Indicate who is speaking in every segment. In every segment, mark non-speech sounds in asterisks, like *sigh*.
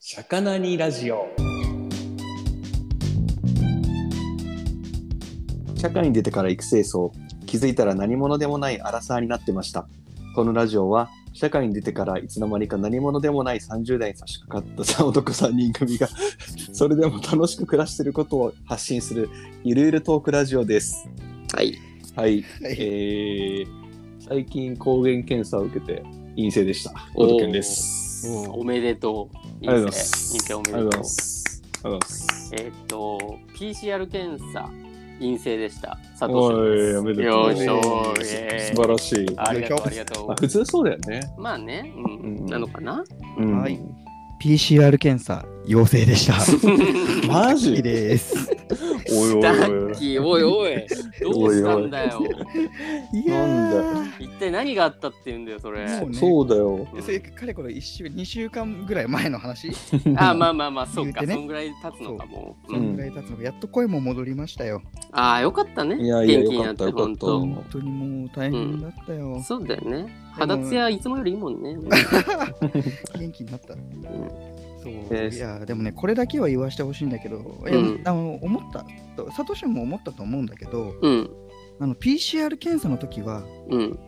Speaker 1: 魚にラジオ
Speaker 2: 社会に出てから育成層気づいたら何者でもないアラサーになってましたこのラジオは社会に出てからいつの間にか何者でもない30代に差し掛かった男3人組 *laughs* がそれでも楽しく暮らしていることを発信するゆるゆるトークラジオです
Speaker 1: はい
Speaker 2: はい、
Speaker 1: はい
Speaker 2: えー最近抗原検査を受けて陰性でした
Speaker 1: おー
Speaker 2: お健です
Speaker 1: おめでとう
Speaker 2: ありがとうございま
Speaker 1: です
Speaker 2: す
Speaker 1: ね
Speaker 2: あ
Speaker 1: 認定お
Speaker 2: りがとうございます
Speaker 1: めでとう
Speaker 2: ありがとうございます
Speaker 1: えーっと PCR 検査陰性でした佐藤
Speaker 2: おい
Speaker 1: さ
Speaker 2: お
Speaker 1: ん
Speaker 2: め
Speaker 1: です
Speaker 2: でと
Speaker 1: よ
Speaker 2: う
Speaker 1: いしょ
Speaker 2: 素
Speaker 1: え
Speaker 2: 晴らしい
Speaker 1: ありがとうありがと
Speaker 2: あ
Speaker 1: う
Speaker 2: 普通そうだよね、
Speaker 1: まあね、うん
Speaker 2: うん
Speaker 1: なのか
Speaker 2: *laughs*
Speaker 1: な
Speaker 2: うん
Speaker 3: はい PCR 検査陽性
Speaker 2: *laughs*
Speaker 3: でした。 *laughs*
Speaker 2: マジ
Speaker 3: いいです。
Speaker 2: おいおい
Speaker 1: ダ
Speaker 2: おい
Speaker 1: ッキーおいおいどうしたんだよ
Speaker 3: い
Speaker 2: なん
Speaker 3: ー
Speaker 1: 一体何があったって言うんだよそれ
Speaker 3: そうね
Speaker 2: そうだよ。
Speaker 1: うん
Speaker 3: それかれこれ一週2週間ぐらい前の話、
Speaker 1: あまあまあまあそうか、
Speaker 3: 言うてね
Speaker 1: そんぐらい経つのかもう、
Speaker 3: そ
Speaker 1: うん
Speaker 3: んぐらい経つのがやっと声も戻りましたよ。
Speaker 1: ああよかったね
Speaker 2: いやいや
Speaker 1: 元気になって
Speaker 2: よかったよかっ
Speaker 1: 本
Speaker 2: た
Speaker 1: 当
Speaker 2: そうん
Speaker 3: 本当にもう大変だったよ。
Speaker 1: そうだよね肌ツヤいつもよりいいもんね
Speaker 3: *laughs*
Speaker 2: *laughs*
Speaker 3: 元気になった。そう
Speaker 2: です
Speaker 3: いやでもねこれだけは言わしてほしいんだけど、いや
Speaker 1: うん
Speaker 3: あの思ったとサトシも思ったと思うんだけど
Speaker 1: うん
Speaker 3: あの PCR 検査の時は
Speaker 1: うん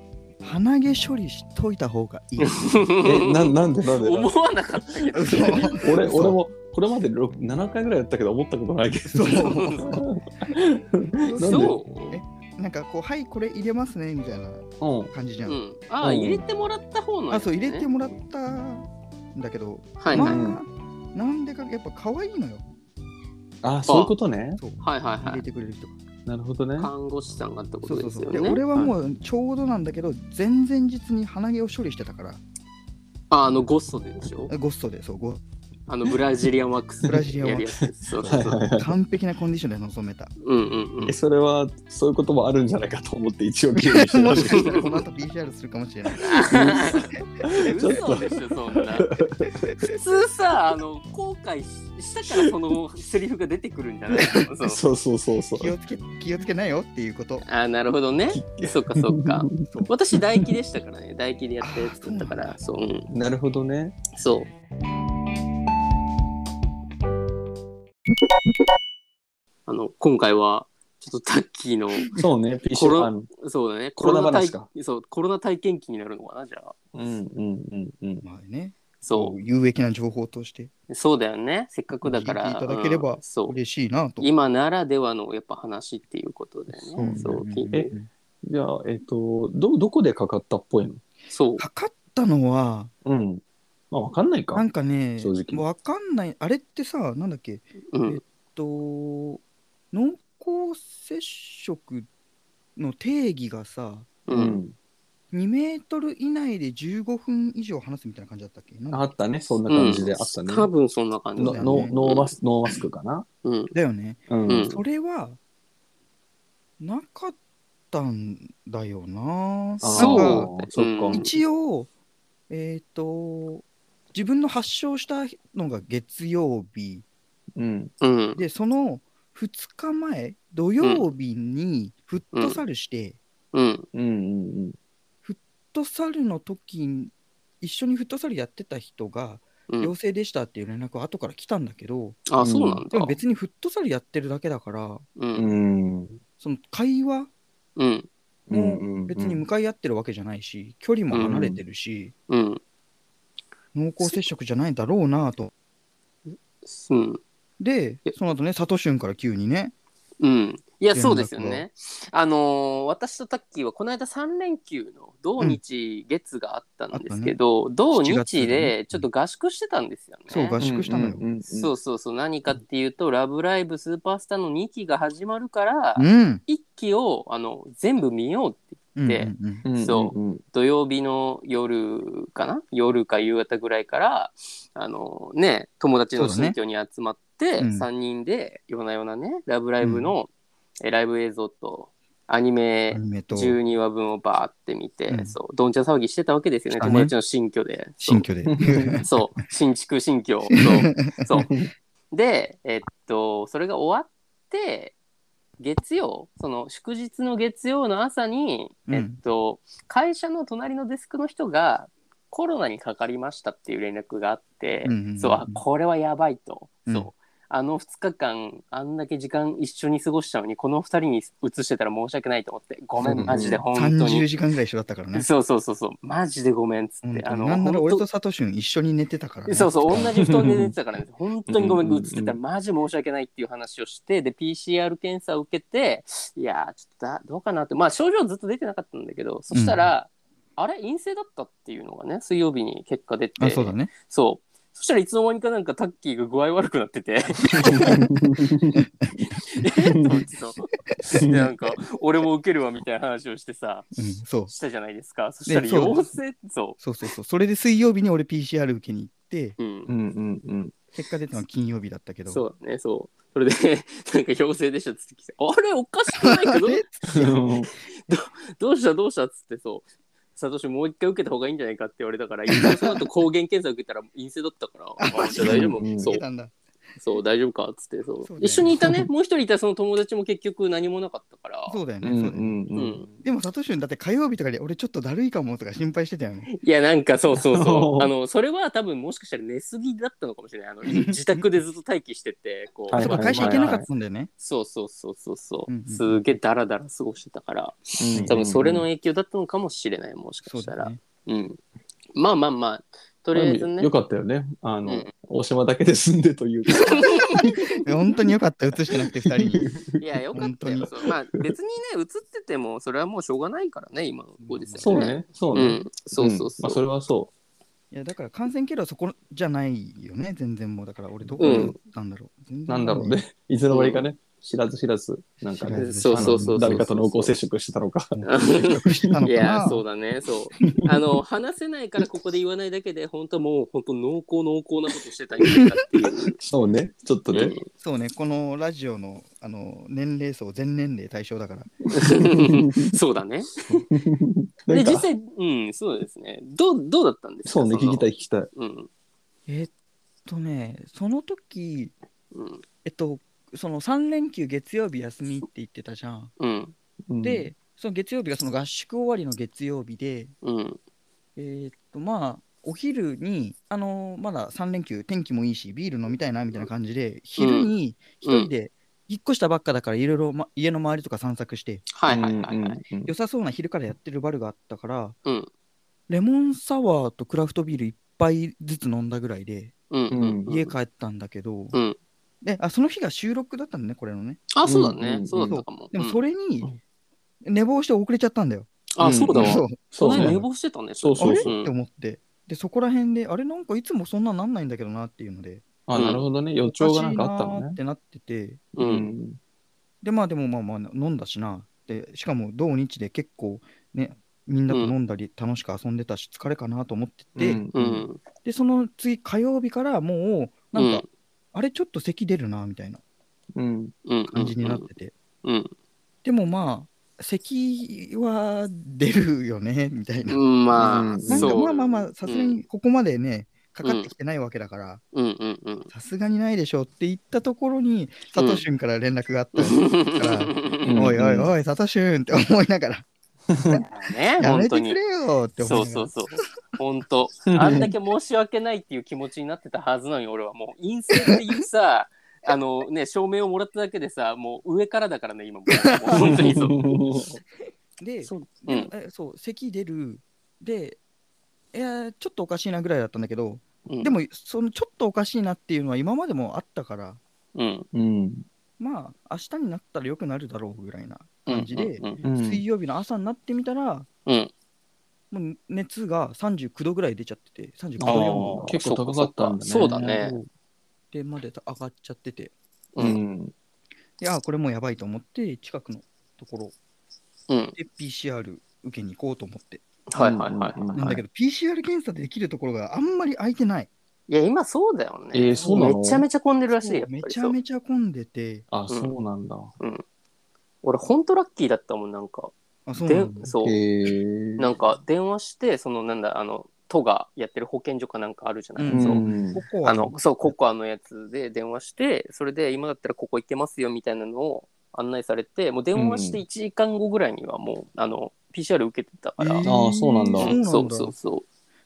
Speaker 3: 鼻毛処理しといた方がいい。
Speaker 2: え、ななんでなんでなん
Speaker 1: 思
Speaker 2: で
Speaker 1: わ *laughs* なかったけど
Speaker 3: 嘘
Speaker 2: *laughs* 俺
Speaker 3: 嘘
Speaker 2: 俺もこれまで6 7回ぐらいやったけど思ったことないけど。
Speaker 3: そう
Speaker 2: *laughs* なんで
Speaker 1: そう
Speaker 3: なんかこうはいこれ入れますねみたいな
Speaker 2: うん。
Speaker 3: 感じじゃん。
Speaker 1: うん、ああ、
Speaker 2: うん
Speaker 1: 入れてもらった方の
Speaker 3: あ
Speaker 1: やつ
Speaker 3: そう
Speaker 1: ね、
Speaker 3: 入れてもらったんだけど、
Speaker 1: はいはい、
Speaker 2: ま
Speaker 3: まあなんでかやっぱ可愛いのよ。
Speaker 2: あ、そういうことね。
Speaker 3: そう
Speaker 1: はいはいはい
Speaker 3: 入れてくれる人が。
Speaker 2: なるほどね。
Speaker 1: 看護師さんがってこ
Speaker 3: そ
Speaker 1: と
Speaker 3: うそ
Speaker 1: です
Speaker 3: うそう。
Speaker 1: よね
Speaker 3: で俺は
Speaker 1: う
Speaker 3: もうちょうどなんだけど、前々日に鼻毛を処理してたから、
Speaker 1: ああのゴッソででしょ
Speaker 3: ゴストでそうゴ
Speaker 1: あのブラジリアンワックス
Speaker 3: ブラジリアンワ
Speaker 1: やる
Speaker 3: ック
Speaker 1: やつですそうそ
Speaker 2: は
Speaker 1: う
Speaker 2: い
Speaker 1: そう
Speaker 2: はいはい。
Speaker 3: 完璧なコンディションで臨めた。
Speaker 1: うんうん *laughs*
Speaker 2: えそれはそういうこともあるんじゃないかと思って一応準備して
Speaker 3: も
Speaker 2: ま
Speaker 3: *laughs* し
Speaker 2: し
Speaker 3: か
Speaker 2: た
Speaker 3: し
Speaker 2: け
Speaker 3: た
Speaker 2: ど。
Speaker 3: らこの後 PCR するかもしれない。
Speaker 1: うん
Speaker 2: ちょっと
Speaker 1: 嘘でしょそんな普通さあの後悔ししたからそのセリフが出てくるんじゃないのその
Speaker 2: そうそうそうそう。
Speaker 3: 気をつけ気をつけないよっていうこと。
Speaker 1: ああなるほどね
Speaker 2: き
Speaker 1: そうかそう
Speaker 3: *laughs*
Speaker 1: か
Speaker 3: そう
Speaker 1: 私唾液でしたからね唾液でやったやつだったからそう、うん、
Speaker 2: なるほどね。
Speaker 1: そうあの今回はちょっとタッキーの
Speaker 2: そうね。
Speaker 1: コ
Speaker 2: PCR
Speaker 1: ロ
Speaker 2: あの
Speaker 1: そうだね
Speaker 2: コロナ
Speaker 1: 体
Speaker 2: 話か
Speaker 1: そうコロナ体験記になるのかなじゃあ
Speaker 2: うんうんうんうん。
Speaker 3: まあね、
Speaker 1: そ
Speaker 3: 有益な情報として
Speaker 1: うそうだよねせっかくだから
Speaker 3: 聞いていただければ
Speaker 1: うんそう
Speaker 3: 嬉しいなと。
Speaker 1: 今ならではのやっぱ話っていうことでね。
Speaker 2: そ
Speaker 1: そうう、き
Speaker 2: えじゃあえっ、とどどこでかかったっぽいの？
Speaker 1: そう、
Speaker 3: かかったのは
Speaker 2: うん。まあわかんないか。
Speaker 3: なんかね
Speaker 2: 正直
Speaker 3: わかんないあれってさなんだっけえっ
Speaker 1: うん、
Speaker 3: と濃厚接触の定義がさ
Speaker 1: う、
Speaker 2: うんん。
Speaker 3: 2メートル以内で15分以上話すみたいな感じだったっけなん
Speaker 2: あ
Speaker 3: か
Speaker 2: ったね、そんな感じであったね。
Speaker 1: 多分そんな感じ
Speaker 2: の
Speaker 1: だ
Speaker 3: ね
Speaker 2: の
Speaker 1: よ
Speaker 2: ノーマスノーマスクかな。
Speaker 1: うん、
Speaker 3: だよね、
Speaker 2: うん。
Speaker 1: うん
Speaker 3: それはなかったんだよな
Speaker 2: あー
Speaker 1: そう
Speaker 2: そっ
Speaker 1: うん
Speaker 2: か。
Speaker 3: 一応えっ、と自分の発症したのが月曜日、
Speaker 2: うん。
Speaker 1: うん、
Speaker 3: でその2日前土曜日にフットサルして、フッ
Speaker 1: うん、
Speaker 2: うんうん
Speaker 3: トサルの時に一緒にフットサルやってた人が
Speaker 1: うん
Speaker 3: 陽性でしたっていう連絡は後から来たんだけど、
Speaker 1: あ、そうなん
Speaker 3: で
Speaker 1: だ
Speaker 3: も。別にフットサルやってるだけだから
Speaker 1: う、
Speaker 2: うんん。うん。
Speaker 3: その会話
Speaker 1: う
Speaker 2: う
Speaker 1: ん、
Speaker 2: んう
Speaker 3: も
Speaker 2: んうん
Speaker 3: 別に向かい合ってるわけじゃないし距離も離れてるし、
Speaker 1: うん、
Speaker 3: 濃厚接触じゃないだろうなと。
Speaker 1: うん、
Speaker 3: で
Speaker 1: え
Speaker 3: その後ねサトシュンから急にね
Speaker 1: うん。いや、
Speaker 3: 連絡
Speaker 1: そうですよね。あのー私とタッキーはこの間3連休の土日月があったんですけど、土
Speaker 3: 7月
Speaker 1: 日
Speaker 3: に
Speaker 1: で
Speaker 3: ね
Speaker 1: ちょっと合宿してたんですよね。
Speaker 3: そう合宿したのよ
Speaker 2: うんうんうん
Speaker 1: そうそうそう何かっていうと「ラブライブスーパースター」の2期が始まるから
Speaker 3: うんうん
Speaker 1: 1期をあの全部見ようって
Speaker 3: うん
Speaker 1: で
Speaker 3: うん
Speaker 2: うんうん
Speaker 1: そ
Speaker 2: うん。
Speaker 1: 土曜日の夜かな夜か夕方ぐらいからあのね友達の新居に集まって、
Speaker 3: そうだねうん
Speaker 1: 3人で夜な夜なね「ラブライブの」えライブ映像とアニメ
Speaker 3: アニメと
Speaker 1: 12話分をバーって見て、
Speaker 3: うん
Speaker 1: そうどんちゃん騒ぎしてたわけですよね
Speaker 3: したね
Speaker 1: 友達の新居で。そう
Speaker 3: 新居で
Speaker 1: そう新築新居
Speaker 3: *laughs*
Speaker 1: そうそうでえっとそれが終わって月曜その祝日の月曜の朝に、
Speaker 3: うん
Speaker 1: えっと会社の隣のデスクの人がコロナにかかりましたっていう連絡があって、
Speaker 3: うんうんうんうん
Speaker 1: そうあこれはやばいと、
Speaker 3: うん
Speaker 1: そうあの2日間あんだけ時間一緒に過ごしたのにこの2人に移してたら申し訳ないと思ってごめ
Speaker 2: そ
Speaker 1: ん
Speaker 2: う
Speaker 1: マジで本当
Speaker 3: 30
Speaker 1: に、
Speaker 3: 時間ぐらい一緒だったからね。
Speaker 1: そうそうそうそうマジでごめんっつっ
Speaker 3: 本
Speaker 1: て、
Speaker 3: 当
Speaker 1: あ
Speaker 3: に
Speaker 1: の
Speaker 3: なんなら俺
Speaker 1: 本当
Speaker 3: とサトシュン一緒に寝てたからね。
Speaker 1: そうそう、同じ布団で寝てたからね、本当にごめん、
Speaker 2: うん
Speaker 1: 映ってたら、マジ申し訳ないっていう話をして、で、PCR 検査を受けて、いやー、ちょっとだどうかなって、まあ、症状ずっと出てなかったんだけど、そしたら、あれ、陰性だったっていうのがね、水曜日に結果出て、
Speaker 3: あ、そうだね。
Speaker 1: そうそしたらいつの間にかなんかタッキーが具合悪くなってて、えっと思ってそうで、なんか、俺も受けるわみたいな話をしてさ、
Speaker 3: うん、そう。
Speaker 1: したじゃないですか。そしたら
Speaker 3: ねそう
Speaker 1: 陽性、そ
Speaker 3: そうそうそう。それで水曜日に俺 PCR 受けに行って、
Speaker 1: う。うん
Speaker 2: うんうんうん。
Speaker 3: 結果出たのは金曜日だったけど。
Speaker 1: そうだね、そう。それで、 *laughs* なんか陽性でしたっつってきて、あれ、おかしくないけ
Speaker 3: あ *laughs*
Speaker 1: ど、
Speaker 3: れ
Speaker 1: どうした、どうしたっつって、そう。サトシもう一回受けた方がいいんじゃないかって言われたから、一応その後抗原検査受けたら陰性だったから、
Speaker 3: *laughs*
Speaker 1: あじゃあ大丈
Speaker 2: う
Speaker 1: 夫、
Speaker 2: ん
Speaker 1: そう
Speaker 3: 受け、たんだ。
Speaker 1: そう、大丈夫かっつって、そう。
Speaker 3: そうだよね
Speaker 1: 一緒にいたね、もう一人いたその友達も結局何もなかったから、
Speaker 3: そうだよ
Speaker 2: う
Speaker 3: ね。
Speaker 2: んう
Speaker 3: そうだよね
Speaker 2: んう
Speaker 1: うんん。
Speaker 3: でもサトシュンだって火曜日とかで俺ちょっとだるいかもとか心配してたよね。
Speaker 1: いや、なんかそうそうそ
Speaker 3: *laughs*
Speaker 1: う。
Speaker 2: おー
Speaker 1: あの、それは多分もしかしたら寝すぎだったのかもしれない。あの、自宅でずっと待機してて、こう、
Speaker 2: はい
Speaker 3: そう
Speaker 2: は
Speaker 3: か
Speaker 2: いはい
Speaker 3: 会社行けなかったんだよね。
Speaker 1: そうそうそうそうそう。
Speaker 3: うんうん
Speaker 1: すげえダラダラ過ごしてたから。
Speaker 2: うん
Speaker 1: 多分それの影響だったのかもしれないもしか
Speaker 3: そう
Speaker 1: した
Speaker 3: だ
Speaker 1: ら
Speaker 3: よ
Speaker 1: う,、
Speaker 3: ね。
Speaker 1: んまあまあまあとりあえずね
Speaker 2: よかったよね。あの、
Speaker 1: うん
Speaker 2: 大島だけで住んでというか。
Speaker 3: 本当によかった、映してなくて2人に。
Speaker 1: いやよかったよ
Speaker 3: 本
Speaker 1: そうまあ別にね映っててもそれはもうしょうがないからね今のご時世
Speaker 2: そうね。そう
Speaker 1: う
Speaker 2: ね。
Speaker 1: んそうそう
Speaker 2: まあ、
Speaker 1: そ、
Speaker 2: そうれはそ
Speaker 3: いやだから感染経路はそこじゃないよね、全然もう。だから俺どこ
Speaker 1: うん
Speaker 3: なんだろう。全然
Speaker 2: う。なんだろうね。いつの間にかね、知らず知らず、なんか
Speaker 3: 知ら
Speaker 2: ね、
Speaker 3: ず
Speaker 1: そうそうそうそう
Speaker 2: あの誰かと濃厚接触してたのか。
Speaker 3: してたの
Speaker 1: い
Speaker 3: か
Speaker 1: や
Speaker 3: な。
Speaker 1: そうだねそうあの話せないからここで言わないだけで本当もう本当濃厚濃厚なことしてたんじゃないかっていう
Speaker 2: そうね。ちょっとね。
Speaker 3: そうね、このラジオのあの年齢層、全年齢対象だから。
Speaker 1: うんそうだね
Speaker 2: な
Speaker 1: で
Speaker 2: んか
Speaker 1: 実際うんそうですねどうどうだったんですか
Speaker 2: そうね。
Speaker 1: の
Speaker 2: 聞きたい聞きたい。
Speaker 1: うん
Speaker 3: えっとね、その時
Speaker 1: うん
Speaker 3: えっと、その3連休月曜日休みって言ってたじゃん。
Speaker 1: うん
Speaker 2: うん、
Speaker 3: で、その月曜日がその合宿終わりの月曜日で、
Speaker 1: うん
Speaker 3: えーっとまあお昼に、あのーまだ3連休天気もいいしビール飲みたいなみたいな感じで昼に一人で引っ越したばっかだからいろいろま家の周りとか散策して
Speaker 1: はいはいはいはい
Speaker 2: うんうん
Speaker 3: 良さそうな昼からやってるバルがあったから
Speaker 1: うん
Speaker 3: レモンサワーとクラフトビール一杯ずつ飲んだぐらいで
Speaker 1: うんうん
Speaker 2: うん
Speaker 1: うん
Speaker 3: 家帰ったんだけど、
Speaker 1: うん
Speaker 3: であその日が収録だったんだねこれのね
Speaker 1: あ、そうだね。
Speaker 2: うんうん
Speaker 1: そうだったかも。
Speaker 3: でも
Speaker 1: うん
Speaker 3: それに寝坊して遅れちゃったんだよ、
Speaker 1: あ、そうだ
Speaker 2: ん
Speaker 1: わ。
Speaker 3: う
Speaker 1: そ
Speaker 2: そううね
Speaker 1: 寝。坊してたね。
Speaker 2: そうそう
Speaker 1: れ
Speaker 2: そ
Speaker 3: って思ってでそこら辺であれなんかいつもそんななんないんだけどなっていうので
Speaker 2: あ、なるほどね。予兆がなんかあったの
Speaker 3: おかしいなーっ
Speaker 2: ね。
Speaker 3: てなってて、
Speaker 1: うんう。
Speaker 2: うんん
Speaker 3: で、まあでもまあまあ飲んだしな。で、しかも同日で結構ね、みんなと飲んだり楽しく遊んでたし、疲れかなと思ってて、
Speaker 1: う
Speaker 2: うん
Speaker 1: ん。
Speaker 3: で、その次火曜日からもう、
Speaker 1: う
Speaker 3: なん
Speaker 1: ん
Speaker 3: か、あれちょっと咳出るなみたいな
Speaker 2: うん
Speaker 1: うん。
Speaker 3: 感じになってて、
Speaker 1: うん。
Speaker 3: でもまあ、咳は出るよねみたいな。
Speaker 1: うん。
Speaker 2: う
Speaker 1: ま
Speaker 2: ん
Speaker 1: あ、
Speaker 3: なんか
Speaker 1: そう。
Speaker 3: まあまあまあ、さすがにここまでね、かかってきてないわけだから、
Speaker 1: うんうんうん。
Speaker 3: さすがにないでしょうって言ったところに、佐藤俊から連絡があった
Speaker 1: *laughs*
Speaker 3: から、
Speaker 2: うん
Speaker 3: おいおいおい、サトシューンって思いながら、
Speaker 1: ね、
Speaker 3: や
Speaker 1: *laughs* 本
Speaker 3: めて
Speaker 1: 当
Speaker 3: く
Speaker 1: に
Speaker 3: れ。よって
Speaker 1: そ
Speaker 3: 思
Speaker 1: う
Speaker 3: いな
Speaker 1: そ
Speaker 3: が
Speaker 1: う
Speaker 3: ら。
Speaker 1: そう。本
Speaker 3: *laughs*
Speaker 1: 当。あんだけ申し訳ないっていう気持ちになってたはずなのに、俺はもう陰性っていうさ、 *laughs* あのね、証明をもらっただけでさ、もう上からだからね、今もう。もう本当に
Speaker 3: *laughs*
Speaker 1: そう。
Speaker 3: で、
Speaker 1: そう
Speaker 3: で
Speaker 1: うん
Speaker 3: えそう、咳出る、で、いや、ちょっとおかしいなぐらいだったんだけど、
Speaker 1: うん
Speaker 3: で、も、そのちょっとおかしいなっていうのは今までもあったから、
Speaker 1: うん。
Speaker 2: *laughs* うん
Speaker 3: まあ、明日になったら良くなるだろうぐらいな感じで
Speaker 1: う、ん。
Speaker 2: うん
Speaker 3: 水曜日の朝になってみたら、
Speaker 1: うん。
Speaker 3: もう熱が39度ぐらい出ちゃってて、39度
Speaker 2: あー
Speaker 3: 4
Speaker 2: 結構高かったんだね。
Speaker 1: そうだね。
Speaker 3: でまで上がっちゃってて、
Speaker 1: う。
Speaker 2: うんん。
Speaker 3: いや、これもうやばいと思って、近くのところ
Speaker 1: うん。
Speaker 3: で PCR 受けに行こうと思って。
Speaker 1: はいはいはいはい。
Speaker 3: なんだけど、PCR 検査でできるところがあんまり空いてない。
Speaker 1: いや、今そうだよね。
Speaker 2: えーそうなの
Speaker 1: めちゃめちゃ混んでるらしい。やっぱ
Speaker 3: め
Speaker 1: り
Speaker 3: ち
Speaker 1: そ
Speaker 3: ゃ
Speaker 1: う
Speaker 3: めちゃ混んでて、
Speaker 2: あ、そうなんだ。
Speaker 1: 俺、ほんとラッキーだったもん、なんか。
Speaker 3: あ、そう
Speaker 1: で
Speaker 3: なんだ
Speaker 1: そう、
Speaker 2: へえ。
Speaker 1: なんか、電話して、その、なんだ、あの、都がやってる保健所かなんかあるじゃない、
Speaker 3: うん
Speaker 1: そう
Speaker 2: うん
Speaker 3: ここは
Speaker 1: あの、そう、ココアのやつで電話して、それで、今だったらここ行けますよ、みたいなのを案内されて、もう電話して
Speaker 2: うん
Speaker 1: 1時間後ぐらいには、もう、あの、PCR 受けてたから。
Speaker 3: えー
Speaker 2: あーそうなんだ
Speaker 1: うん
Speaker 3: そ
Speaker 1: そうう
Speaker 3: なんだ
Speaker 1: そうそ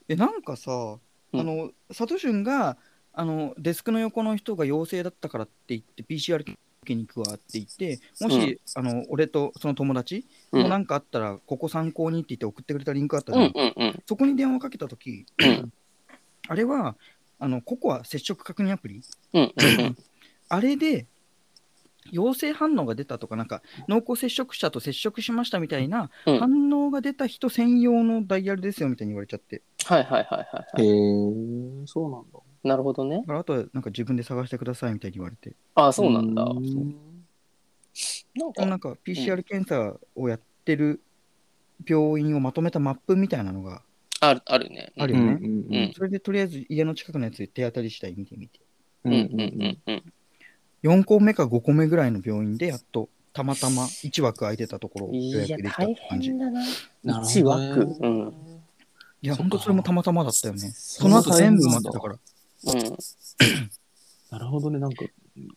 Speaker 3: えなんかさ、
Speaker 1: うん
Speaker 3: あのサトシュンがあのデスクの横の人が陽性だったからって言って PCR 受けに行くわって言ってもし、あの俺とその友達
Speaker 1: うん
Speaker 3: もうなんかあったら、ここ参考にって言って送ってくれたリンクあった
Speaker 1: う
Speaker 3: じゃん
Speaker 1: んうんうん
Speaker 3: そこに電話をかけた時
Speaker 1: うん
Speaker 3: あれはあのココア接触確認アプリ
Speaker 1: うんうん
Speaker 3: あれで陽性反応が出たとかなんか濃厚接触者と接触しましたみたいな、
Speaker 1: うん
Speaker 3: 反応が出た人専用のダイヤルですよみたいに言われちゃって
Speaker 1: はいはいはいはい
Speaker 2: へ
Speaker 1: は
Speaker 2: え、そうなんだ。
Speaker 1: いなるほどね
Speaker 3: だからあとはなんか自分で探してくださいみたいに言われて
Speaker 1: あそうなんだなん
Speaker 3: でもな
Speaker 1: か
Speaker 3: んか PCR 検査をやってる病院をまとめたマップみたいなのが、
Speaker 1: あるあるね
Speaker 3: ある
Speaker 2: う
Speaker 3: よ
Speaker 2: ん
Speaker 3: ね
Speaker 2: うん
Speaker 3: それでとりあえず家の近くのやつ手当たり次第見てみて、
Speaker 2: う
Speaker 1: うん
Speaker 2: う
Speaker 1: んうんん
Speaker 2: う
Speaker 1: うんんうん
Speaker 3: 4個目か5個目ぐらいの病院でやっとたまたま1枠空いてたところを
Speaker 1: い
Speaker 3: 予約
Speaker 1: や
Speaker 3: できたっ
Speaker 1: 大
Speaker 3: て感じ。い
Speaker 1: 変だ
Speaker 2: な
Speaker 1: な
Speaker 2: るほどね
Speaker 1: 一枠うんうん
Speaker 3: や、
Speaker 2: そっか
Speaker 3: ほんとそれもたまたまだったよね。
Speaker 2: そ
Speaker 3: そうの
Speaker 2: なんだ
Speaker 3: 後全部埋まってたから。
Speaker 2: なるほどね、なんか、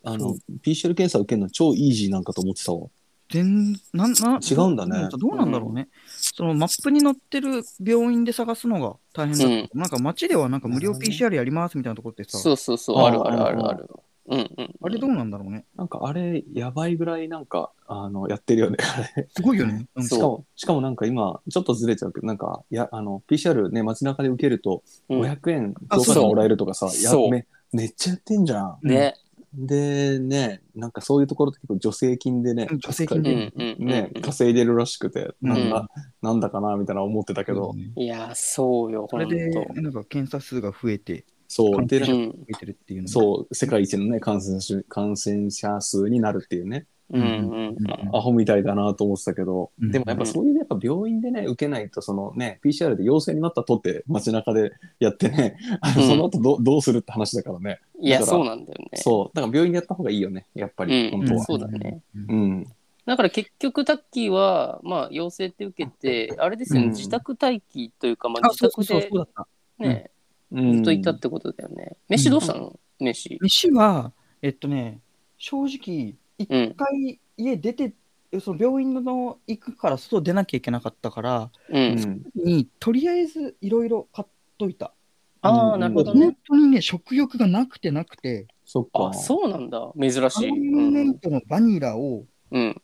Speaker 2: あの、PCR 検査受けるの超イージーなんかと思ってたわ。
Speaker 3: 全なんな
Speaker 2: 違うんだね
Speaker 3: どうなんだろうね。そのマップに載ってる病院で探すのが大変だった。なんか街ではなんか無料 PCR やりますみたいなところってさ、
Speaker 1: そうそうそう
Speaker 2: あ
Speaker 1: あ
Speaker 2: ー
Speaker 1: るあるあるあるうんうん
Speaker 3: あれどうなんだろうね。
Speaker 2: なんかあれ、やばいぐらいなんか、あの、やってるよね、あれ。
Speaker 3: すごいよね。うん
Speaker 2: しかも、しかもなんか今、ちょっとずれちゃうけど、なんか、いや、あの、PCR ね、街中で受けると、
Speaker 1: うん
Speaker 2: 500円
Speaker 3: あ
Speaker 2: 増加
Speaker 1: そう
Speaker 2: もらえるとかさ、や
Speaker 1: そう
Speaker 2: めめっちゃやってんじゃん。
Speaker 1: ね
Speaker 2: で、ね、なんかそういうところって結構助成金でね
Speaker 3: うん、助成金
Speaker 1: う
Speaker 3: で
Speaker 1: んうんうん
Speaker 2: ね、稼いでるらしくて、なんだ、
Speaker 1: う
Speaker 2: なんだかな、みたいな思ってたけど、
Speaker 1: いやそうよほ
Speaker 3: それ
Speaker 1: んと
Speaker 3: でなんか検査数が増えて、
Speaker 2: そう、で、
Speaker 3: う
Speaker 2: なん
Speaker 1: う
Speaker 2: か
Speaker 1: ん
Speaker 3: 増えてるっていうのう。
Speaker 2: そう、世界一のね、感染者感染者数になるっていうね、
Speaker 1: うんうん
Speaker 2: アホみたいだなと思ってたけど、
Speaker 3: うん
Speaker 2: でもやっぱそういうやっぱ病院でね、受けないと、そのね、PCR で陽性になったとって、街中でやってね、あの
Speaker 1: うん
Speaker 2: その後どどうするって話だからね、
Speaker 1: いやそうなんだよね
Speaker 2: そう、だから病院でやった方がいいよね、やっぱり、
Speaker 1: うん
Speaker 2: 本当は。
Speaker 1: そうだね。
Speaker 3: うん
Speaker 2: うん、
Speaker 1: だから結局タッキーはまあ陽性って受けてあれですよ
Speaker 2: う
Speaker 1: ね
Speaker 2: ん
Speaker 1: 自宅待機というかまあ
Speaker 3: あ、
Speaker 1: 自
Speaker 3: そうそ
Speaker 1: 宅
Speaker 3: うそう、
Speaker 1: で
Speaker 3: そうだった。
Speaker 1: ね
Speaker 2: うん
Speaker 1: ずっといたってことだよね飯どうしたの飯
Speaker 3: 飯は、えっとね、正直、一
Speaker 1: うん
Speaker 3: 回家出て、その病院の行くから外出なきゃいけなかったから、
Speaker 1: う
Speaker 2: うんん
Speaker 3: にとりあえずいろいろ買っといた。
Speaker 1: ああなるほどね
Speaker 3: 本当にね、食欲がなくてなくて、
Speaker 2: そっか。
Speaker 1: あそうなんだ珍
Speaker 3: ア
Speaker 1: し
Speaker 3: ロ
Speaker 1: い
Speaker 3: ンメン
Speaker 1: う
Speaker 3: トのバニラを、
Speaker 1: ん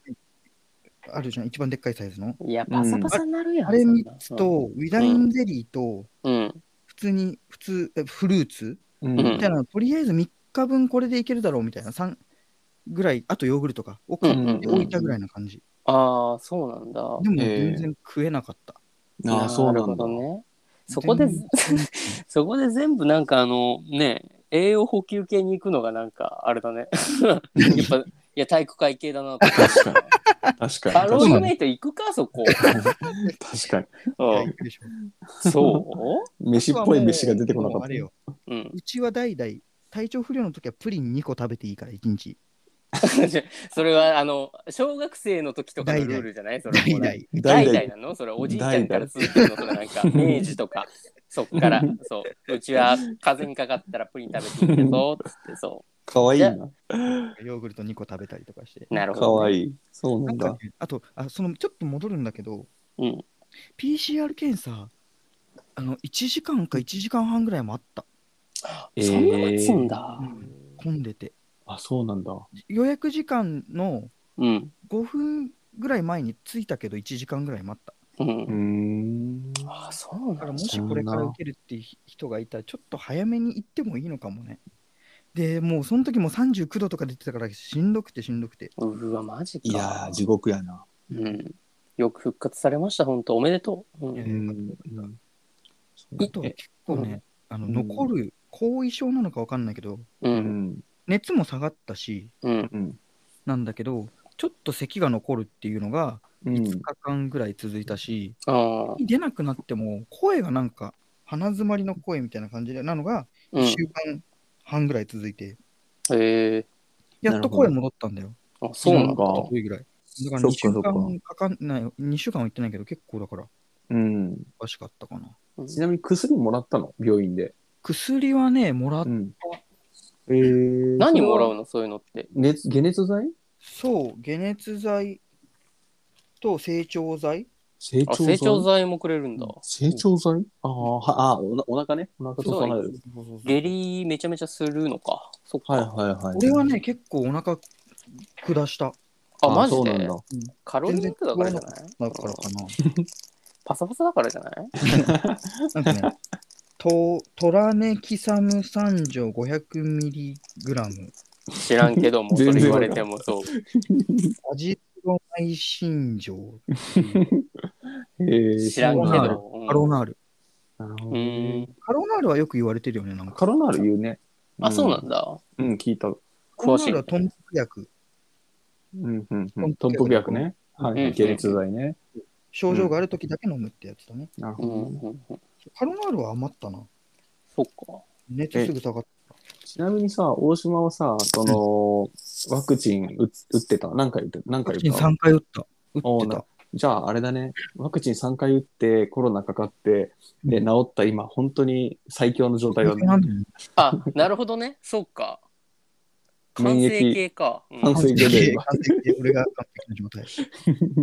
Speaker 3: あるじゃん、一番でっかいサイズの。
Speaker 1: うんいやパサパサになるやん
Speaker 3: あれ
Speaker 1: そん
Speaker 3: 3
Speaker 1: な
Speaker 3: つと、ウィダインゼリーと、
Speaker 1: うん
Speaker 3: 普通に、普通、えフルーツ
Speaker 2: うん
Speaker 1: うん
Speaker 3: みたいなのとりあえず3日分これでいけるだろうみたいな、3ぐらい、あとヨーグルトか、を買っておいたぐらいな感じ。
Speaker 1: ああそうなんだ
Speaker 3: でも
Speaker 2: えー
Speaker 3: 全然食えなかった。
Speaker 2: ああ、そう
Speaker 1: なる
Speaker 2: な
Speaker 1: ほ
Speaker 2: んだ
Speaker 1: ど。ねそこで
Speaker 3: 全
Speaker 1: そこで全部なんかあのね栄養補給系に行くのがなんかあれだねやっぱいや体育会系だなと
Speaker 2: 確か確かに。
Speaker 1: ハロ
Speaker 2: 確
Speaker 1: ー
Speaker 2: か
Speaker 1: ル
Speaker 2: に。
Speaker 1: メイト行くかそこ、
Speaker 2: 確か *laughs*
Speaker 1: う
Speaker 3: いや
Speaker 1: ん
Speaker 3: い、るでしょ
Speaker 1: そ
Speaker 2: に。飯っぽい飯が出てこなか
Speaker 3: もう
Speaker 2: っ
Speaker 3: あれよ
Speaker 1: う、うん、 *laughs*
Speaker 3: うちは代々、体調不良の時はプリン2個食べていいから、1日。
Speaker 1: それはあの小学生の時とかのルールじゃないそれ
Speaker 3: 代々。
Speaker 2: た。
Speaker 1: 代々なのそれおじいちゃんから続いてるのそれなんか明治とかそっ
Speaker 2: *laughs*
Speaker 1: からそううちは風邪にかかったらプリン食べていいんだぞっつってそ
Speaker 2: かわいいな。
Speaker 3: ヨーグルト2個食べたりとかして
Speaker 1: う。なるほ
Speaker 2: か
Speaker 1: ど、
Speaker 2: わ
Speaker 1: ね、
Speaker 2: いい。そうな
Speaker 3: なん
Speaker 2: ん
Speaker 3: か
Speaker 2: だ
Speaker 3: ね。、あとあその、ちょっと戻るんだけど、
Speaker 1: うん
Speaker 3: PCR 検査、あの1時間か1時間半ぐらいもあった、
Speaker 1: そんな待つんだ
Speaker 3: 混んでて。
Speaker 2: あ、そうなんだ。
Speaker 3: 予約時間の
Speaker 1: うん
Speaker 3: 5分ぐらい前に着いたけど、1時間ぐらい待った。
Speaker 1: う
Speaker 2: うんん。
Speaker 1: あそう
Speaker 3: だか
Speaker 1: なん
Speaker 3: らも
Speaker 1: だ
Speaker 3: しこれから受けるっていう人がいたら、ちょっと早めに行ってもいいのかもね。でもうその時も39度とか出てたからしんどくてしんどくて。
Speaker 1: うわマジか
Speaker 2: いやー、地獄やな。
Speaker 1: うん、よく復活されました本当おめでとう、うん
Speaker 3: え
Speaker 2: う
Speaker 3: ー
Speaker 2: ん。
Speaker 3: あと結構ね、あの残る後遺症なのかわかんないけど、
Speaker 2: う
Speaker 1: う
Speaker 2: んん。
Speaker 3: 熱も下がったし、
Speaker 1: うん、
Speaker 2: うん。
Speaker 3: なんだけど、ちょっと咳が残るっていうのが
Speaker 2: うん
Speaker 3: 5日間ぐらい続いたし、
Speaker 1: ああ、
Speaker 3: 出なくなっても声がなんか鼻詰まりの声みたいな感じでなのが
Speaker 1: う
Speaker 3: 1
Speaker 1: ん
Speaker 3: 週、間半ぐらい続いて、
Speaker 1: へえ
Speaker 3: やっと声戻ったんだよ。
Speaker 1: あそうな
Speaker 2: な
Speaker 1: んだ
Speaker 2: んか
Speaker 3: 一昨日ぐらい。だから
Speaker 2: そ
Speaker 3: 2
Speaker 2: っか
Speaker 3: 週
Speaker 2: そっか
Speaker 3: 間かかんない、2週間は行ってないけど、結構だから
Speaker 2: うん。
Speaker 3: おかしかったかな。
Speaker 2: ちなみに薬もらったの病院で。
Speaker 3: 薬はね、もらっ
Speaker 2: ん。えー、
Speaker 1: 何もら
Speaker 2: う
Speaker 1: うのそういうのって
Speaker 2: 熱、解熱剤
Speaker 3: そう、解熱剤と整腸剤
Speaker 2: 成
Speaker 1: あ
Speaker 2: 長剤
Speaker 1: 成長剤もくれるんだ。
Speaker 2: 成長剤ああ、はあおなお腹ね。お腹とかなる。
Speaker 1: 下痢めちゃめちゃするのか。そっか。
Speaker 2: はいはいはい。
Speaker 3: 俺はね、結構お腹下した
Speaker 1: あ、マ
Speaker 2: そ
Speaker 1: ジ
Speaker 2: うなん
Speaker 1: で
Speaker 2: だ。
Speaker 1: カロリーメイトだからじゃない
Speaker 3: だからかな。
Speaker 1: パサパサだからじゃない
Speaker 3: なんかね、 *laughs* トトラネキサム三錠500ミリグラム、
Speaker 1: 知らんけども、そ
Speaker 2: 全
Speaker 1: れ
Speaker 2: 然
Speaker 1: 言われてもそう。
Speaker 3: アジプロマイシン錠、
Speaker 2: えー
Speaker 1: 知らんけ
Speaker 2: そうなんだ
Speaker 1: ど。うん
Speaker 3: カロナール。
Speaker 2: なるほ
Speaker 1: う
Speaker 2: ど
Speaker 1: ーん。
Speaker 3: カロナールはよく言われてるよね、なんか。
Speaker 2: カロナール言うね。
Speaker 1: あ、そうなんだ。
Speaker 2: うん、聞いた。
Speaker 3: カロ
Speaker 1: 詳
Speaker 3: ナ
Speaker 1: し
Speaker 3: ー
Speaker 1: い
Speaker 3: ルは。トンプ薬、
Speaker 2: うんうんうん。トンポ薬ね。は
Speaker 1: うん
Speaker 2: い。解熱剤ね。
Speaker 3: 症状がある時だけ飲むってやつだね。
Speaker 2: なる
Speaker 1: う
Speaker 2: ほ
Speaker 1: ん
Speaker 2: どね。
Speaker 1: うんうん。
Speaker 3: カロナールは余ったな。
Speaker 1: そっか。
Speaker 3: 熱すぐ下がっ
Speaker 2: ちなみにさ、大島はさ、その、ワクチン打つ打ってた何回打って何
Speaker 3: た。ワ
Speaker 2: 回
Speaker 3: ク
Speaker 2: 打
Speaker 3: チン
Speaker 2: った
Speaker 3: 3回打った。
Speaker 2: おー
Speaker 3: 打って
Speaker 2: な
Speaker 3: た。
Speaker 2: じゃああれだね、ワクチン3回打ってコロナかかって、で、治った今、本当に最強の状態だね。
Speaker 3: なんだよね
Speaker 1: あ、なるほどね。そっか。完成
Speaker 2: 免疫
Speaker 1: 形か。うん
Speaker 2: 完成
Speaker 3: 完
Speaker 2: 形
Speaker 3: 璧
Speaker 2: で
Speaker 3: 完璧で俺が完璧な状態。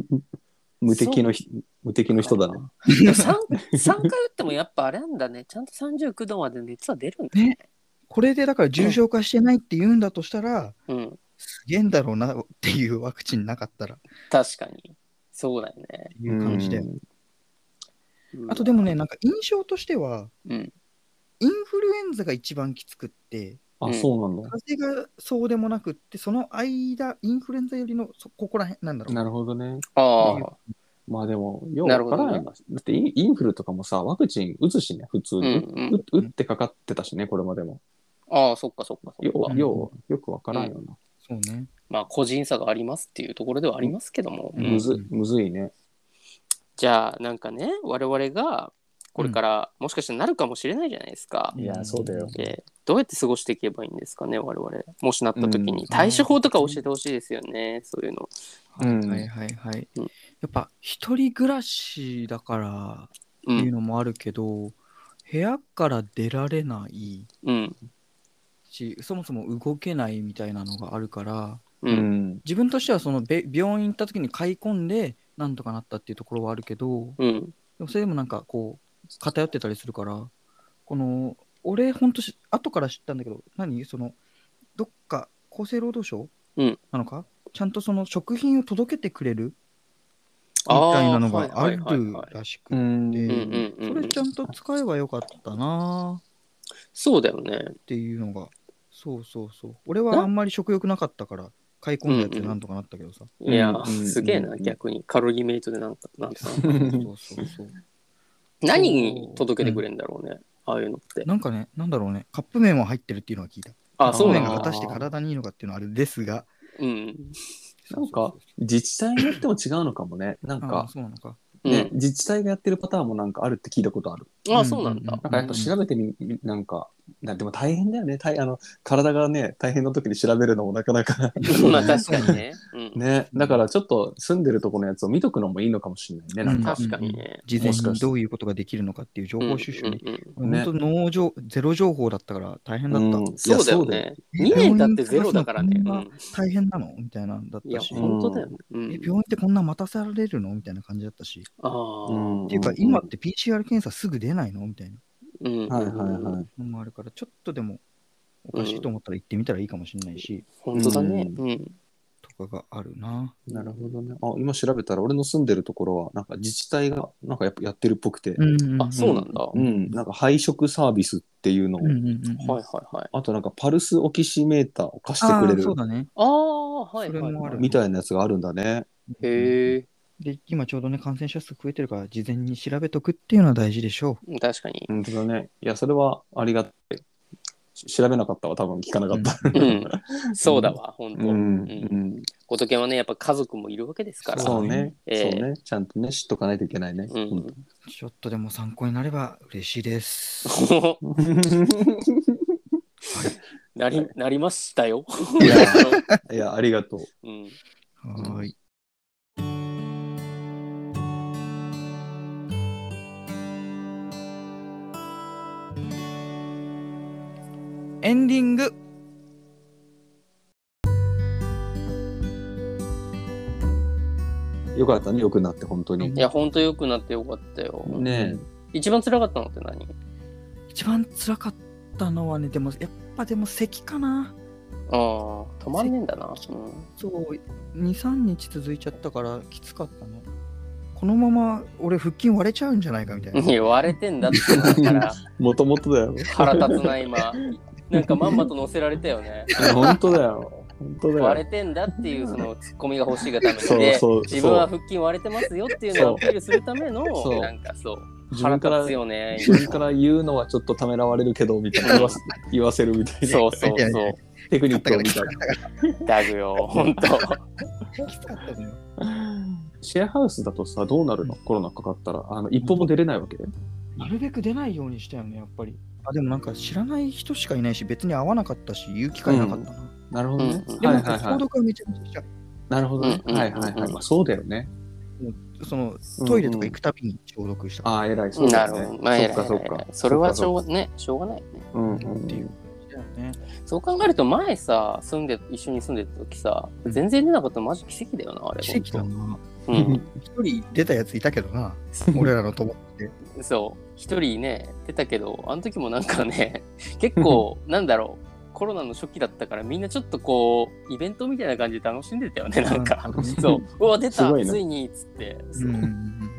Speaker 2: 無敵のひ、無敵の人だな。
Speaker 1: 三三回打ってもやっぱあれなんだね。ちゃんと三十九度まで熱は出るんだね。
Speaker 3: これでだから重症化してないって言うんだとしたら、
Speaker 1: うん。
Speaker 3: すげえんだろうなっていうワクチンなかったらっ
Speaker 1: 確かに。そうだよね。
Speaker 3: ていう感じで。
Speaker 2: うん
Speaker 1: うん
Speaker 3: あとでもね、なんか印象としては、
Speaker 1: うん。
Speaker 3: インフルエンザが一番きつくって、
Speaker 1: う
Speaker 2: あ、
Speaker 1: ん
Speaker 2: そうなんだ。
Speaker 3: 風邪がそうでもなくって、その間、インフルエンザよりのそここら辺なんだろう。
Speaker 2: なるほどね。
Speaker 1: ああ。
Speaker 2: まあでも、よう
Speaker 1: な
Speaker 2: わ
Speaker 1: るほ
Speaker 2: か
Speaker 1: どね
Speaker 2: らんよな。だってインインフルとかもさ、ワクチン打つしね、普通
Speaker 1: うん
Speaker 2: に。
Speaker 1: うん。
Speaker 2: う打ってかかってたしね、これまでも。
Speaker 1: ああ、そっかそっかそ
Speaker 2: よ
Speaker 1: っか
Speaker 3: う。
Speaker 2: うんようよくわからんよな。
Speaker 3: そうね。
Speaker 1: まあ個人差がありますっていうところではありますけども。うん
Speaker 2: むずい、むずいね。
Speaker 1: じゃあなんかね、我々がこれからもしかしたらなるかもしれないじゃないですか。
Speaker 2: いやそうだよ
Speaker 1: でどうやって過ごしていけばいいんですかね、我々。もしなった時
Speaker 2: う
Speaker 1: に。
Speaker 2: ん
Speaker 1: 対処法とか教えてほしいですよね、そういうの。
Speaker 2: うん
Speaker 3: はいはいはい。
Speaker 1: うん
Speaker 3: やっぱ、一人暮らしだから
Speaker 1: う。
Speaker 3: っていうんのもあるけど、部屋から出られない
Speaker 1: うん。
Speaker 3: し、そもそも動けないみたいなのがあるから、
Speaker 1: う。
Speaker 2: うんん。
Speaker 3: 自分としてはそのべ病院行った時に買い込んでなんとかなったっていうところはあるけど
Speaker 1: うん。
Speaker 3: でもそれでもなんかこう偏ってたりするからこの俺ほんとし後から知ったんだけど何そのどっか厚生労働省、
Speaker 1: うん
Speaker 3: なのかちゃんとその食品を届けてくれるみ
Speaker 1: あー
Speaker 3: たいなのがあ
Speaker 1: はい
Speaker 3: る
Speaker 1: はいはいはい
Speaker 3: らしく
Speaker 2: う
Speaker 3: て
Speaker 2: ん。
Speaker 1: うんうんうん
Speaker 3: それちゃんと使えばよかったな
Speaker 1: そうだよね。
Speaker 3: ーっていうのがそうそうそう俺はあんまり食欲なかったから買い込んだやつでなんとかなったけどさ、
Speaker 1: いや、
Speaker 2: うんうん
Speaker 1: すげえ
Speaker 2: うん
Speaker 1: な、
Speaker 2: うん
Speaker 1: 逆に。カロリーメイトでなんか、なんか
Speaker 3: そうそう
Speaker 1: *laughs*
Speaker 3: そう
Speaker 1: 何に届けてくれるんだろうね、ああいうのって。
Speaker 3: なんかね、なんだろうね、カップ麺は入ってるっていうのは聞いた。
Speaker 1: あ、そうな
Speaker 3: カップ
Speaker 1: ん
Speaker 3: 麺
Speaker 1: だ
Speaker 3: が果。たして体にいいのかっていうのはあれですが、
Speaker 1: うん。
Speaker 2: なんか、自治体によっても違うのかもね。なん
Speaker 3: そうそうそうああ
Speaker 2: か、
Speaker 3: そうなのか。
Speaker 1: う
Speaker 2: ね
Speaker 1: ん、
Speaker 2: 自治体がやってるパターンもなんかあるって聞いたことある。
Speaker 1: あ、そうなんだ。
Speaker 3: うんうんう
Speaker 2: なん
Speaker 3: ん
Speaker 2: かやっぱ調べてみ、なんか、なでも大変だよね。たいあの体がね、大変な時に調べるのもなかなか。
Speaker 1: *laughs* まあ確かにね。うん
Speaker 2: *laughs* ね、だからちょっと住んでるとこのやつを見とくのもいいのかもしれないね。なんか、
Speaker 1: 確かにね
Speaker 3: 事前
Speaker 2: もしか
Speaker 3: に
Speaker 2: して
Speaker 3: どういうことができるのかっていう情報収集に。
Speaker 1: うんう
Speaker 2: う
Speaker 1: んうん
Speaker 2: んうん
Speaker 3: 本当、農場、ゼロ情報だったから大変だった。
Speaker 2: うんいや
Speaker 1: そうだよ
Speaker 2: そうだよ
Speaker 1: ね。2年経ってゼロだからね。
Speaker 3: 病
Speaker 1: う
Speaker 3: 院探すのこんな大変なのみたいなんだっ
Speaker 1: んいや、
Speaker 3: たし、
Speaker 2: うん
Speaker 1: 本当だよね。う
Speaker 3: え
Speaker 1: ん、
Speaker 3: 病院ってこんな待たされるのみたいな感じだったし、
Speaker 1: あ
Speaker 2: う
Speaker 1: あ。
Speaker 2: ん
Speaker 3: っていうか、今って PCR 検査すぐ出ないのみたいな
Speaker 1: うん。
Speaker 2: はいはい
Speaker 1: い。
Speaker 2: はい。
Speaker 3: のもあるから、ちょっとでもおかしいと思ったら行ってみたらいいかもしれないし、
Speaker 1: 本当だね。うん。
Speaker 3: とかがあるな。
Speaker 2: なるほどね。あ、今調べたら俺の住んでるところは、なんか自治体がなんかやっぱやってるっぽくて、
Speaker 3: うんうんうん
Speaker 1: あ、そうなんだ。は
Speaker 2: う
Speaker 1: い
Speaker 2: ん、なんか配食サービスっていうのを、
Speaker 3: うんうんうんうん
Speaker 1: はいはい。
Speaker 2: あとなんかパルスオキシメーターを貸してくれ
Speaker 3: あー
Speaker 2: る
Speaker 3: そうだね。
Speaker 1: ああ、はい
Speaker 3: それ
Speaker 1: はい
Speaker 3: もあ
Speaker 1: は
Speaker 3: る
Speaker 1: い。
Speaker 2: みたいなやつがあるんだね。
Speaker 1: へえ。
Speaker 3: で、今ちょうどね、感染者数増えてるから、事前に調べとくっていうのは大事でしょ
Speaker 1: うん確かに。
Speaker 2: 本当だね。いや、それはありがたい。し調べなかったわ、多分聞かなかった。
Speaker 1: うん。そうだわ、本当。
Speaker 2: う、
Speaker 1: うん。
Speaker 2: うんん。
Speaker 1: ことけはね、やっぱ家族もいるわけですから。
Speaker 2: そうね。
Speaker 1: ええ
Speaker 2: そうね。ちゃんとね、知っとかないといけないね。
Speaker 1: うん
Speaker 2: うん
Speaker 3: う。ちょっとでも参考になれば嬉しいです。
Speaker 1: *laughs* なり、なりましたよ。
Speaker 2: いや、いやありがとう。
Speaker 1: *laughs* うん。
Speaker 2: ん
Speaker 3: はーい。エンディング
Speaker 2: いよかったね、よくなって、本当に
Speaker 1: い。や、ほんと良くなってよかったよ。
Speaker 2: ね
Speaker 1: 一番辛かったのって何
Speaker 3: 一番辛かったのはね、でも、やっぱでも咳かな。
Speaker 1: ああ、止まんねえんだな。うん
Speaker 3: そう、2、3日続いちゃったからきつかったね。このまま俺腹筋割れちゃうんじゃないかみたい
Speaker 1: *laughs*
Speaker 3: な。
Speaker 1: いや、割れてんだってなっ
Speaker 2: *laughs*
Speaker 1: たら
Speaker 2: もともとだよ。
Speaker 1: 腹立つな、今。なんかまんまと乗せられたよね。
Speaker 2: *laughs* 本当だよ。本当だ
Speaker 1: 割
Speaker 2: よ。
Speaker 1: れてんだっていうそのツッコミが欲しいがために
Speaker 2: そう
Speaker 1: で
Speaker 2: そう
Speaker 1: 自分は腹筋割れてますよっていうのをアピールするための
Speaker 2: そうそう
Speaker 1: なんかそう
Speaker 2: 自
Speaker 1: 腹
Speaker 2: 分から
Speaker 1: 立つ、よね
Speaker 2: 自分から言うのはちょっとためらわれるけど、みたいな言わせ言わせるみたいな。
Speaker 1: そうそう
Speaker 3: *laughs* いやい
Speaker 1: そ
Speaker 2: テクニッ
Speaker 3: だったか
Speaker 2: クを
Speaker 3: ら
Speaker 2: み
Speaker 3: きつ
Speaker 2: たい
Speaker 3: かっ
Speaker 2: な。
Speaker 3: たか
Speaker 1: うダ
Speaker 2: *laughs*
Speaker 1: グよ本当
Speaker 3: らきつかったのよ。
Speaker 2: シェアハウスだとさ、どうなるのコロナかかったら、あの一歩も出れないわけで。
Speaker 3: なるべく出ないようにしたよね、やっぱり。あでもなんか知らない人しかいないし、別に会わなかったし、言う機会なかったな。
Speaker 2: なるほどね
Speaker 1: うん。
Speaker 3: で
Speaker 2: は
Speaker 3: もな
Speaker 2: は
Speaker 3: いんか
Speaker 2: いは
Speaker 3: 消
Speaker 2: い。
Speaker 3: 毒はめちゃめちゃしちゃう
Speaker 2: なるほどね。
Speaker 1: うん
Speaker 2: はいはいはい。まあ、そうだよね。
Speaker 3: そのトイレとか行くたびに消毒した。
Speaker 2: ああ、偉い。そうだ
Speaker 1: な
Speaker 2: よ
Speaker 1: る
Speaker 2: ね
Speaker 1: ほどまあ
Speaker 2: そ
Speaker 1: 偉
Speaker 2: っ
Speaker 1: い
Speaker 2: かそっ
Speaker 1: 偉
Speaker 2: か
Speaker 1: い。それはし
Speaker 2: そっ
Speaker 1: ょ
Speaker 2: か
Speaker 1: うねしょうがないよね
Speaker 2: そっかうんうん
Speaker 3: っていううだよね。
Speaker 1: そう考えると前さ住んで一緒に住んでた時さ
Speaker 3: うん
Speaker 1: 全然出なかったのマジ奇跡だよなあれ
Speaker 3: 奇跡だな。
Speaker 1: うんん
Speaker 3: 一人出たやついたけ
Speaker 2: *laughs*
Speaker 3: どな、俺らの友達で。
Speaker 1: そう一人ね出たけどあの時もなんかね *laughs* 結構なんだろうコロナの初期だったからみんなちょっとこうイベントみたいな感じで楽しんでたよねなんか
Speaker 3: うん
Speaker 1: そううわ出
Speaker 2: す
Speaker 1: た
Speaker 2: ごいね
Speaker 1: ついにっつってそううん
Speaker 3: うんうんうん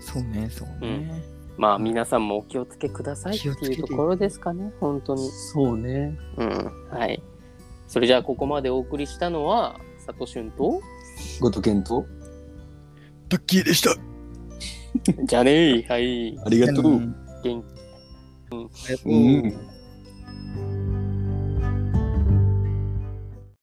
Speaker 3: そうね、そうね。
Speaker 1: まあ皆さんもお気をつけくださいって
Speaker 3: 気をつけ
Speaker 1: い
Speaker 3: て
Speaker 1: うところですかね本当に
Speaker 2: そうね。
Speaker 1: うんはいそれじゃあここまでお送りしたのはさとしゅんと
Speaker 2: ごと健と、
Speaker 3: タッキーでした。
Speaker 1: じゃあねーはい
Speaker 2: ありがとう。
Speaker 1: 元気
Speaker 2: うん。